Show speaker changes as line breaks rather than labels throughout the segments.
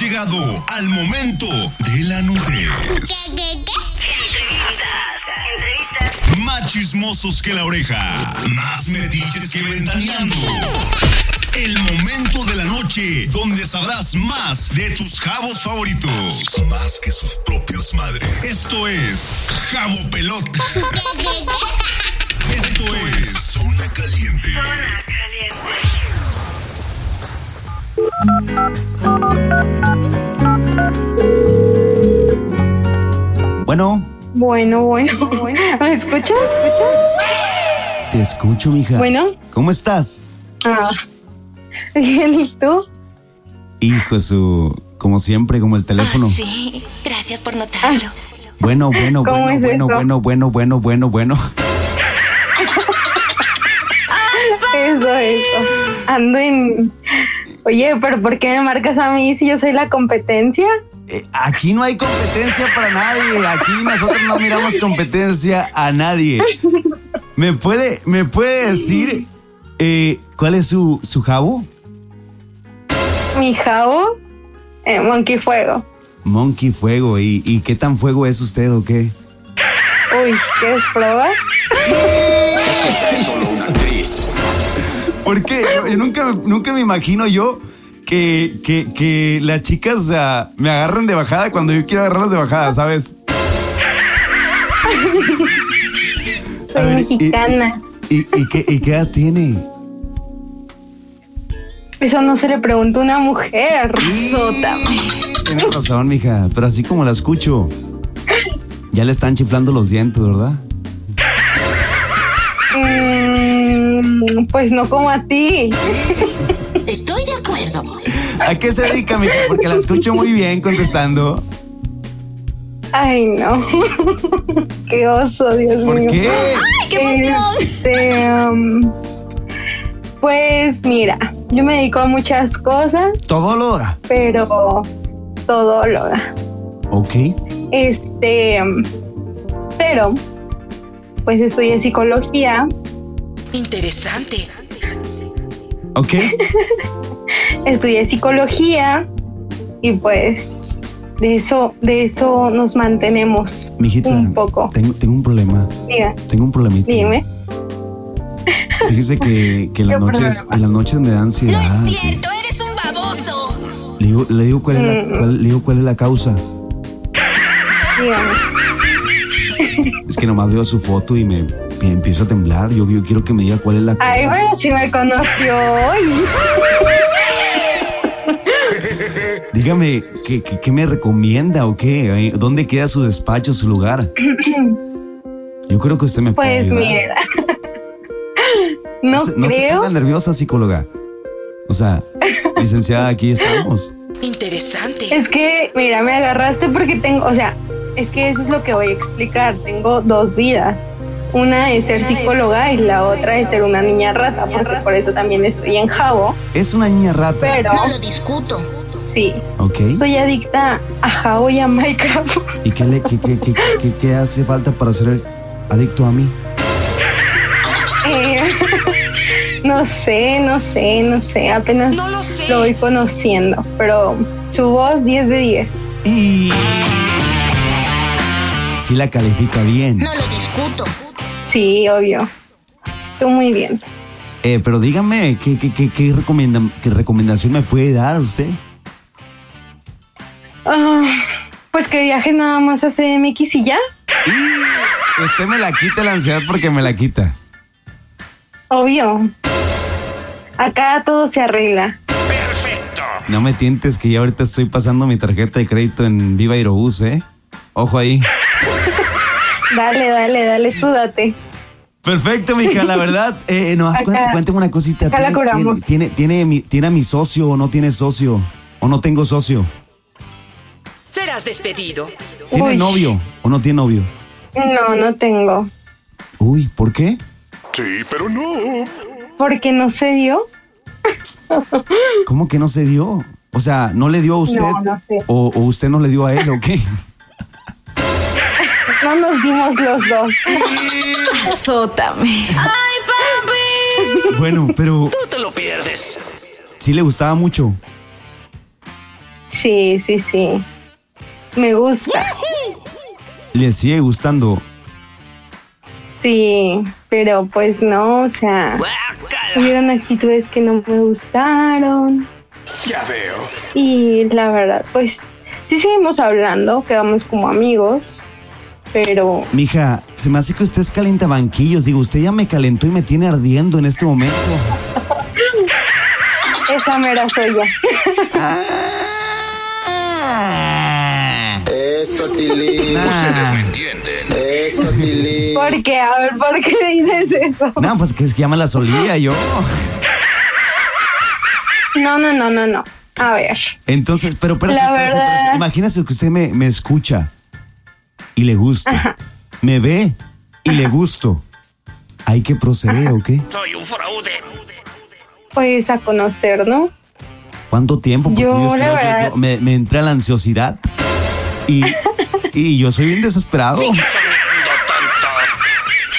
llegado al momento de la nudez. Más chismosos que la oreja. Más metiches que ventaneando. El momento de la noche donde sabrás más de tus jabos favoritos. Más que sus propias madres. Esto es Jabo Pelota. Esto es Zona Caliente.
Bueno,
Bueno, bueno, bueno. ¿Me escuchas?
te escucho, mija.
Bueno.
¿Cómo estás?
Ah. Bien, ¿y tú?
Hijo su, como siempre, como el teléfono.
Ah,
Ah.
Sí, gracias por notarlo.
Bueno, bueno,
¿Cómo
bueno,
es
bueno,
eso?
bueno, bueno, bueno, bueno, bueno.
Eso, eso. Ando en... Oye, pero ¿por qué me marcas a mí si yo soy la competencia?
Eh, aquí no hay competencia para nadie. Aquí nosotros no miramos competencia a nadie. ¿Me puede, me puede decir eh, cuál es su, su jabo?
Mi jabo, eh, Monkey Fuego.
Monkey Fuego. ¿Y, y qué tan fuego es usted o qué?
Uy, ¿quieres probar?
Porque yo nunca, nunca me imagino yo que, que, que las chicas o sea, me agarran de bajada cuando yo quiero agarrarlas de bajada, ¿sabes? A
Soy
ver, y-
mexicana.
¿Y, y qué, y qué edad tiene?
Eso no se le pregunta a una mujer.
Tiene razón, mija, pero así como la escucho, ya le están chiflando los dientes, ¿verdad?
Mm, pues no como a ti.
Estoy de acuerdo.
¿A qué se dedica, mija? Porque la escucho muy bien contestando.
Ay, no. qué oso, Dios
¿Por
mío.
qué?
¡Qué emoción!
Este, um, pues mira, yo me dedico a muchas cosas,
Todo lo da.
pero todóloga.
Ok.
Este, um, pero pues estudié psicología,
Interesante.
Ok.
estudié psicología y pues de eso, de eso nos mantenemos
Mijita,
un poco.
Tengo, tengo un problema.
Diga,
Tengo un problemita.
dime.
Fíjese que, que en las
Yo
noches,
programa.
en las noches me da ansiedad.
No es
que-
cierto, eres un baboso.
Ah, Le digo, le digo cuál es la, cuál- le digo cuál es la causa.
Dígame.
Es que nomás veo su foto y me, me empiezo a temblar. Yo, yo quiero que me diga cuál es la
Ay,
causa.
bueno, si me conoció hoy.
Dígame, ¿qué, qué, qué me recomienda o qué? Eh, ¿Dónde queda su despacho, su lugar? Yo creo que usted me puede
Pues
ayudar.
mira. No,
se- se
creo.
ponga nerviosa, psicóloga. O sea, licenciada, aquí estamos.
Interesante.
Es que, mira, me agarraste porque tengo, o sea, es que eso es lo que voy a explicar. Tengo dos vidas. Una es ser psicóloga y la otra es ser una niña rata, porque por eso también estoy en jabo.
Es una niña rata.
Pero
lo discuto.
sí,
Ok.
soy adicta a jabo y a Minecraft.
¿Y qué, le, qué, qué, qué, qué- qué hace falta para ser adicto a mí?
Eh, no sé, no sé, no sé. Apenas
No lo sé.
lo voy conociendo, pero su voz 10 de 10.
Y. Si la califica bien.
lo discuto.
Sí, obvio. Tú muy bien.
Eh, pero dígame, ¿qué, qué, qué, qué recomienda- qué recomendación me puede dar usted?
Ah, pues que viajes nada más a CMX y ya.
Y usted me la quita la ansiedad porque me la quita.
Obvio. Acá todo se arregla.
No me tientes que ya ahorita estoy pasando mi tarjeta de crédito en Viva Aerobús, ¿eh? Ojo ahí.
Dale, dale, dale, tú date.
Perfecto, mija, la verdad. Eh, no,
Acá-
cuénteme una cosita.
acá la
¿Tiene-
cobramos.
tiene, tiene, mi- ¿Tiene a mi socio o no tiene socio? ¿O no tengo socio?
Serás despedido.
¿Tiene
Uy.
novio o no tiene novio?
No, no tengo.
Uy, ¿por qué?
Sí, pero no.
Porque no se dio.
¿Cómo que no se dio? O sea, ¿no le dio a usted?
No, no sé.
o, o usted no le dio a él o qué?
No nos dimos los dos.
Sótame.
Bueno, pero
te lo pierdes.
sí le gustaba mucho.
Sí, sí, sí. Me gusta.
Le sigue gustando.
Sí, pero pues no, o sea, hubieron actitudes que no me gustaron.
Ya veo.
Y la verdad, pues sí seguimos hablando, quedamos como amigos, pero
Mija, se me hace que usted es calientabanquillos. Digo, usted ya me calentó y me tiene ardiendo en este momento.
esa mera soy yo.
Eso, Tilín.
Ustedes me entienden.
Eso, Tilín.
¿Por qué? A ver, ¿por qué dices eso?
No, pues que es que ya me la solía yo.
No, no, no, no, no. A ver.
Entonces, pero espérese,
La
espérese,
verdad.
espérese. Imagínese que usted me, me escucha y le gusto. Me ve y le gusto. Hay que proceder, ¿o qué?
Soy un fraude.
Pues a conocer, ¿no?
¿Cuánto tiempo? Porque
Yo, la
espero que-
verdad.
yo- me, me entra la ansiosidad y, y yo soy bien desesperado.
Soñando tanto.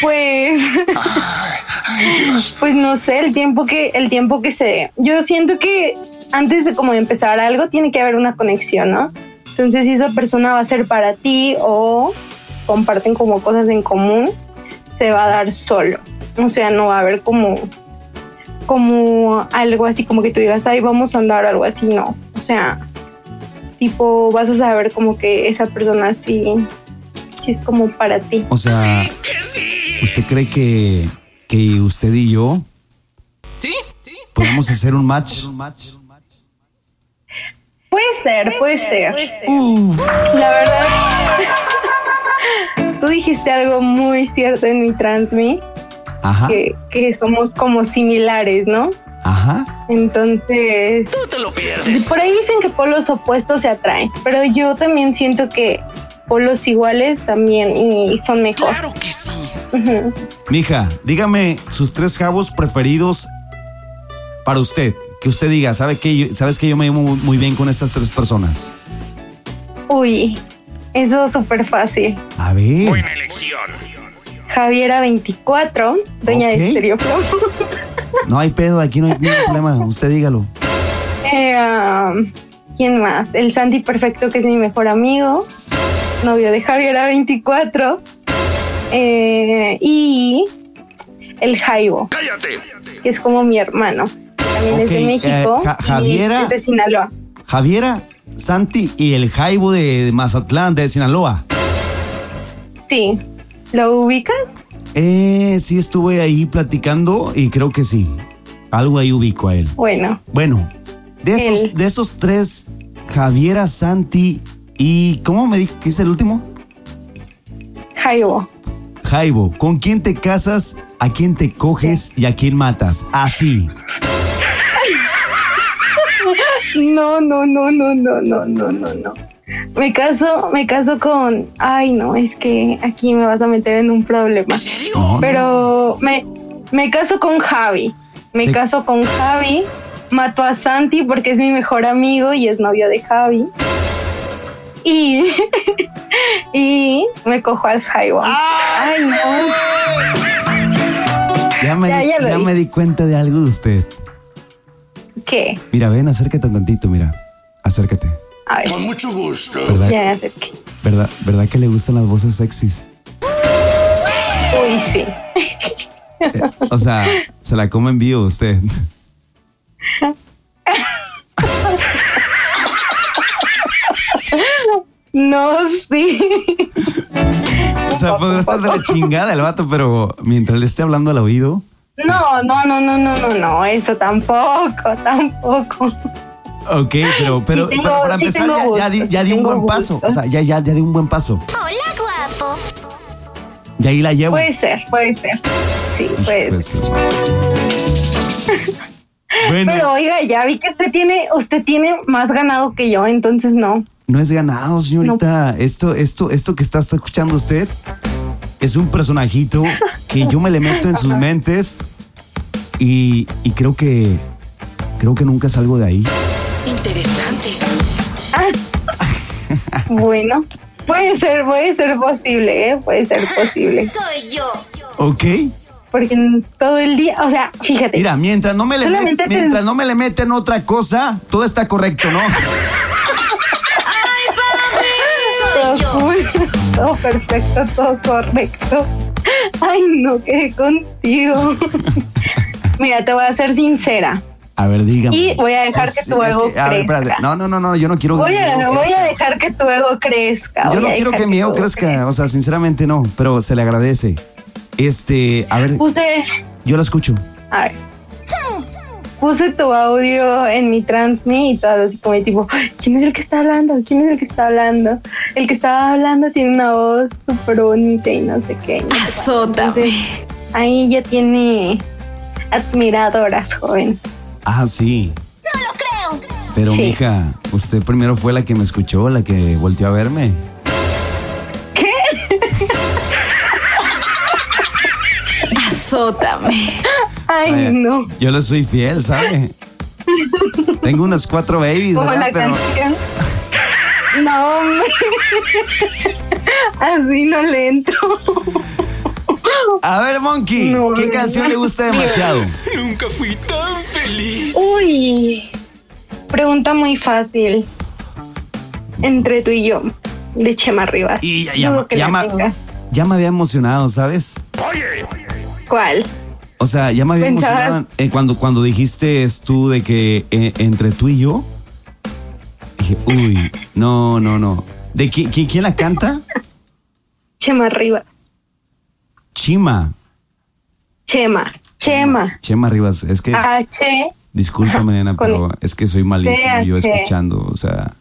Pues, pues no sé, el tiempo que, el tiempo que se dé. Yo siento que antes de como empezar algo tiene que haber una conexión, ¿no? Entonces, si esa persona va a ser para ti o comparten como cosas en común, se va a dar solo. O sea, no va a haber como, como algo así como que tú digas, ay, vamos a andar o algo así, no. O sea, tipo, vas a saber como que esa persona sí, sí es como para ti.
O sea, ¿usted cree que, que usted y yo podemos hacer un match?
Puede ser, puede ser.
Uf,
La verdad. Tú dijiste algo muy cierto en mi transmi,
ajá,
que, que somos como similares, ¿no?
ajá.
Entonces,
Tú te lo pierdes.
por ahí dicen que polos opuestos se atraen, pero yo también siento que polos iguales también y son mejor.
Claro que sí.
Ujú.
Mija, dígame sus tres jabos preferidos para usted. Que usted diga, ¿sabe que yo, ¿sabes que yo me llevo muy, muy bien con estas tres personas?
Uy, eso es súper fácil.
A ver,
Buena elección.
Javiera 24, dueña
Ok.
de Estereopro.
no hay pedo, aquí no hay ningún problema. Usted dígalo.
Eh, um, ¿Quién más? El Sandy Perfecto, que es mi mejor amigo, novio de Javiera 24, eh, y el Jaibo,
Cállate.
que es como mi hermano. También es
Ok,
de
eh,
México.
Ja-
y
Javiera.
Es de Sinaloa.
Javiera, Santi y el Jaibo de Mazatlán, de Sinaloa.
Sí. ¿Lo ubicas?
Eh, sí estuve ahí platicando y creo que sí. Algo ahí ubico a él.
Bueno,
Bueno, de esos,
Él.
de esos tres, Javiera, Santi y... ¿Cómo me dijiste que es el último?
Jaibo.
Jaibo, ¿con quién te casas, a quién te coges y a quién matas? Así.
No, no, no, no, no, no, no, no, no. Me caso, me caso con. Ay, no, es que aquí me vas a meter en un problema.
No, no.
Pero me, me caso con Javi. Me
Sí.
caso con Javi. Mato a Santi porque es mi mejor amigo y es novio de Javi. Y, y me cojo al Jaibo. Ay, no.
ya me,
ya,
di-
ya lo
ya
vi.
me di cuenta de algo de usted.
¿Qué?
Mira, ven, acércate tantito, mira. Acércate.
A ver,
Con mucho gusto.
¿Verdad,
ya me acerqué.
verdad, verdad que le gustan las voces sexys?
Uy, sí.
O sea, se la come en vivo usted.
No, sí.
O sea, podrá estar de la chingada el vato, pero mientras le esté hablando al oído,
No, no, no, no, no, no, no. Eso tampoco, tampoco.
ok, pero, pero,
tengo-
pero para
sí
empezar
tengo
ya, ya di,
gusto,
ya di
sí
un
tengo
buen paso.
gusto.
O sea, ya, ya, ya di un buen paso.
Hola, guapo.
Y ahí la llevo.
Puede ser, puede ser. Sí, puede ser.
Pues sí. Bueno,
Pero oiga, ya vi que usted tiene, usted tiene más ganado que yo, entonces no.
no es ganado, señorita. Esto, esto, esto que está está escuchando usted es un personajito que yo me le meto en sus mentes y, y creo que creo que nunca salgo de ahí.
Interesante.
Ah. bueno, puede ser, puede ser posible, ¿eh? puede ser posible.
Soy yo.
¿Ok?
Porque en todo el día, o sea, fíjate.
Mira, mientras no me le met-
Solamente te-
mientras no me le meten otra cosa, todo está correcto, ¿no?
todo
yo.
cool, todo perfecto, todo correcto. Ay, no quedé contigo. Mira, te voy a ser sincera.
A ver, dígame.
Y voy a dejar que tu ego
A ver, espérate.
crezca.
No, no, no, no, yo no quiero
Voy
mi
a,
ego
voy
crezca.
a dejar que tu ego crezca.
Yo
voy
no
a
quiero
dejar
que mi ego
tu
crezca, o sea, sinceramente no, pero se le agradece. Este, a ver,
Puse,
yo la escucho.
a ver, puse tu audio en mi transmit y todo así como tipo, ¿quién es el que está hablando? ¿Quién es el que está hablando? El que estaba hablando tiene una voz súper bonita y no sé qué. y no sé cuánto.
Azótame.
Entonces, ahí ya tiene admiradoras, joven.
Ah, sí.
No lo creo.
Pero
Sí.
mija, usted primero fue la que me escuchó, la que volteó a verme.
Azótame.
Ay,
Vaya,
no.
Yo le soy fiel, ¿sabe? Tengo unas cuatro babies,
Como
¿verdad?
la
Pero
canción. No, hombre. Así no le entro.
a ver, Monkey,
No,
¿qué
no,
canción
no.
le gusta demasiado?
Nunca fui tan feliz.
Uy. Pregunta muy fácil. Entre tú y yo, de Chema Rivas.
Y ya,
Dudo
ya,
que
ya
la
ma-
tengas.
ya me había emocionado, ¿sabes?
Oye,
¿Cuál?
O sea, ya me había
Pensabas-
emocionado eh, cuando, cuando dijiste es tú de que eh, entre tú y yo. Dije, uy, no, no, no. ¿De qui- qui- quién la canta?
Chema Rivas.
Chima.
Chema. Chema.
Chema Rivas. Es
Ah,
que,
H.
discúlpame, nena,
con-
pero es que soy malísimo yo
Sí, sí.
escuchando. O sea,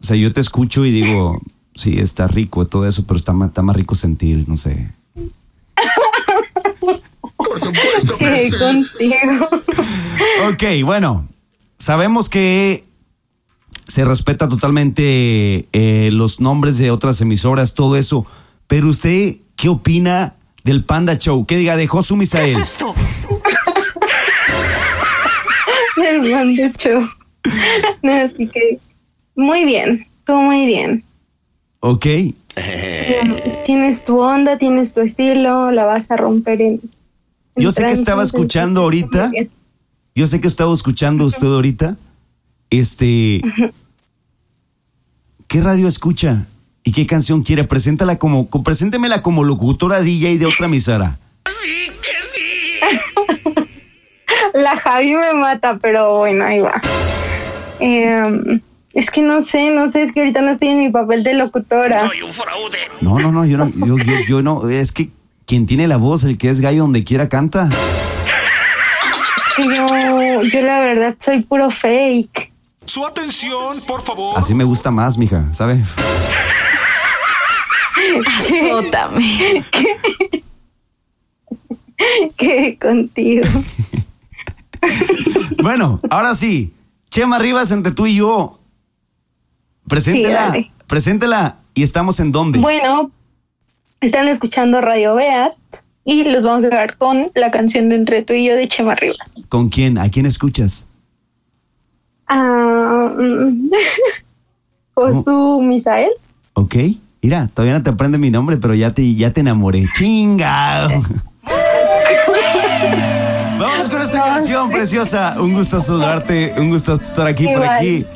o sea, yo te escucho y digo, sí, está rico todo eso, pero está, ma- está más rico sentir, no sé.
por supuesto que
Quedé
sí.
contigo.
Ok, bueno, sabemos que se respeta totalmente eh, los nombres de otras emisoras, todo eso, pero usted, ¿qué opina del Panda Show? Que diga, dejó su Misael.
El manducho. No, así que. Muy bien. Tú muy bien.
Ok,
Tienes tu onda, tienes tu estilo, la vas a romper en. en
Yo sé que
trance,
estaba
entonces,
escuchando ahorita.
muy bien.
yo sé que estaba escuchando usted ahorita, este, ¿qué radio escucha? ¿Y qué canción quiere? Preséntala como, co- preséntemela como locutora DJ de otra emisora.
Sí que sí.
La Javi me mata, pero bueno, ahí va. Em, es que no sé, no sé, es que ahorita no estoy en mi papel de locutora.
Soy un fraude.
No, no, no, yo no, yo, yo, yo no, es que quien tiene la voz, el que es gallo donde quiera canta.
Que Yo, yo la verdad soy puro fake.
Su atención, por favor.
Así me gusta más, mija, ¿sabe?
Azótame.
Que contigo.
Bueno, ahora sí, Chema Rivas entre tú y yo. Preséntela,
dale.
preséntela. ¿Y estamos en dónde?
Bueno, están escuchando Radio Beat y los vamos a dejar con la canción de Entre tú y yo de Chema Rivas.
¿Con quién? ¿A quién escuchas?
Ah, mm. Josu Misael.
¿Ok? Mira, todavía no te aprende mi nombre, pero ya te, ya te enamoré. ¡Chingado! Vamos con esta canción preciosa. Un gusto saludarte, un gusto estar aquí por
Igual.
aquí.